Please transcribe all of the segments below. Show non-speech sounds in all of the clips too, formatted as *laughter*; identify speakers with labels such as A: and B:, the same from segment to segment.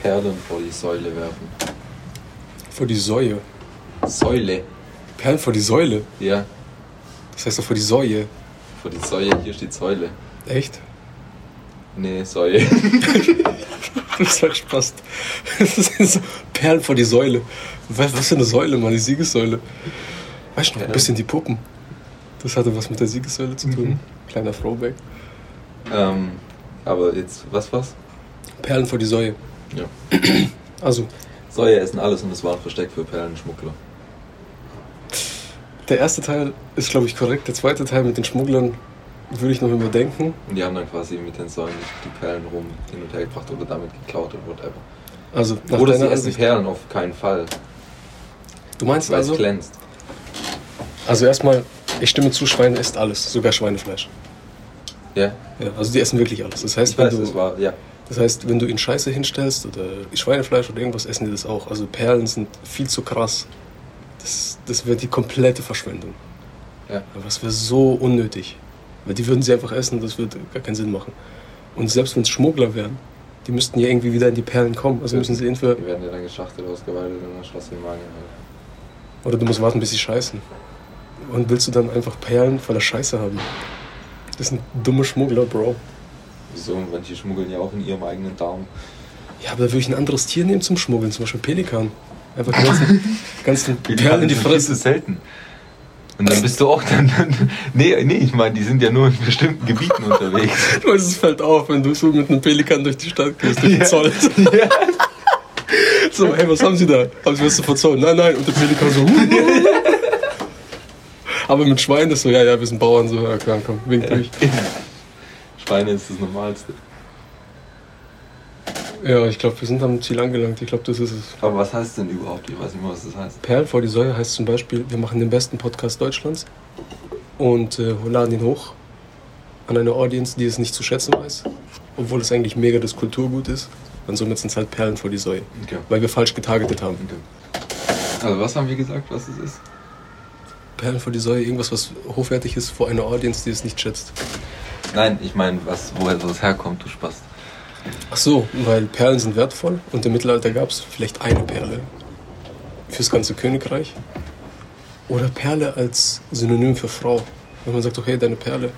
A: Perlen vor die Säule werfen.
B: Vor die Säue.
A: Säule,
B: Perlen vor die Säule.
A: ja.
B: Das heißt doch vor die Säue.
A: Vor die Säule, hier steht Säule.
B: Echt? *laughs*
A: Nee, Säule.
B: Das hat Spaß. Das ist so Perlen vor die Säule. Was, was für eine Säule, Mann? Die Siegessäule. Weißt du noch, ein
A: Perlen.
B: bisschen die Puppen. Das hatte was mit der Siegessäule zu tun.
A: Mhm.
B: Kleiner Throwback.
A: *laughs* ähm, aber jetzt, was war's?
B: Perlen vor die Säue.
A: Ja.
B: *clears throat* Also,
A: Säue essen alles und es war ein Versteck für Perlenschmuggler.
B: der erste Teil ist, glaube ich, korrekt. Der zweite Teil mit den Schmugglern würde ich noch überdenken.
A: Und die haben dann quasi mit den Säulen die Perlen rum hin und her gebracht oder damit geklaut und whatever.
B: Also, nach
A: oder sie
B: deiner
A: essen
B: Ansicht.
A: Perlen auf keinen Fall,
B: Du meinst
A: weil es
B: also?
A: glänzt.
B: Also erstmal, ich stimme zu, Schweine isst alles, sogar Schweinefleisch.
A: Ja,
B: Ja, also die essen wirklich alles. Das heißt,
A: ich
B: wenn
A: weiß,
B: du, Äh
A: es war, ja.
B: das heißt, wenn du ihnen Scheiße hinstellst oder Schweinefleisch oder irgendwas, essen die das auch. Also Perlen sind viel zu krass. Das, das wäre die komplette Verschwendung.
A: Ja.
B: Aber es wäre so unnötig. Weil die würden sie einfach essen, das würde gar keinen Sinn machen. Und selbst wenn es Schmuggler wären, die müssten ja irgendwie wieder in die Perlen kommen. Also müssen sie entweder,
A: Die werden ja dann geschachtelt, ausgeweidet und dann schloss den Magen. halt.
B: oder du musst warten, bis sie scheißen. Und willst du dann einfach Perlen voller Scheiße haben? Das sind dumme Schmuggler, Bro.
A: Wieso? Manche schmuggeln ja auch in ihrem eigenen Darm.
B: Ja, aber da würde ich ein anderes Tier nehmen zum Schmuggeln, zum Beispiel Pelikan. Einfach die *laughs* ganzen, ganzen Perlen in die *laughs* Fresse.
A: selten. Und dann bist du auch dann. dann *laughs* nee, nee, ich meine, die sind ja nur in bestimmten Gebieten unterwegs.
B: Du weißt, es fällt auf, wenn du so mit einem Pelikan durch die Stadt gehst, durch den
A: Ja.
B: *laughs* Zoll.
A: Ja.
B: So, hey, was haben sie da? Haben sie was zu verzollen? Nein, nein. Und der Pelikan so. "Huh, huh." *laughs* aber mit Schweinen ist so, ja, ja, wir sind Bauern, so, ja, klar, komm, wink durch.
A: *laughs* Schweine ist das Normalste.
B: Ja, ich glaube, wir sind am Ziel angelangt. Ich glaube, das ist es.
A: Aber was heißt denn überhaupt? Ich weiß nicht mehr, was das heißt.
B: Perlen vor die Säue heißt zum Beispiel, wir machen den besten Podcast Deutschlands und äh, laden ihn hoch an eine Audience, die es nicht zu schätzen weiß, obwohl es eigentlich mega das Kulturgut ist. Und somit sind es halt Perlen vor die Säue,
A: Okay.
B: weil wir falsch getargetet haben.
A: okay. Also, was haben wir gesagt, was es ist?
B: Perlen vor die Säue, irgendwas, was hochwertig ist vor einer Audience, die es nicht schätzt.
A: Nein, ich meine, was, woher das herkommt, du Spaß.
B: Ach so, weil Perlen sind wertvoll und im Mittelalter gab es vielleicht eine Perle fürs ganze Königreich. Oder Perle als Synonym für Frau. Wenn man sagt, okay, deine Perle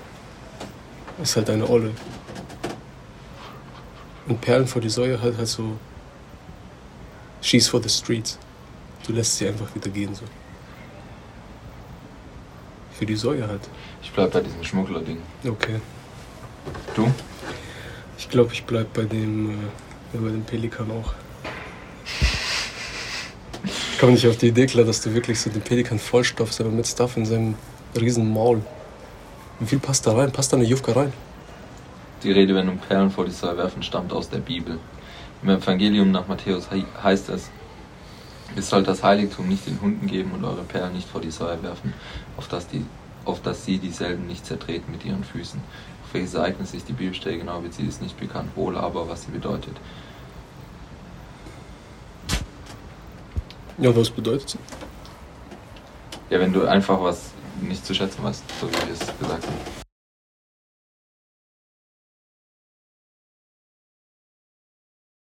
B: ist halt deine Olle. Und Perlen vor die Säue halt halt so She's for the streets. Du lässt sie einfach wieder gehen so. Für die Säue halt.
A: Ich bleib bei diesem Schmuggler-Ding.
B: Okay.
A: Du?
B: Ich glaube, ich bleib bei dem, äh, bei dem Pelikan auch. Ich komme nicht auf die Idee klar, dass du wirklich so den Pelikan vollstopfst, aber mit Stuff in seinem riesen Maul. Wie viel passt da rein? Passt da eine Jufka rein?
A: Die Redewendung Perlen vor die Säue werfen stammt aus der Bibel. Im Evangelium nach Matthäus hei- heißt es, ihr sollt das Heiligtum nicht den Hunden geben und eure Perlen nicht vor die Säue werfen, auf dass, die, auf dass sie dieselben nicht zertreten mit ihren Füßen. Auf welches Ereignis sich die Bibelstelle genau bezieht, ist nicht bekannt, wohl aber, was sie bedeutet.
B: Ja, was bedeutet sie?
A: Ja, wenn du einfach was nicht zu schätzen weißt, so wie wir es gesagt haben.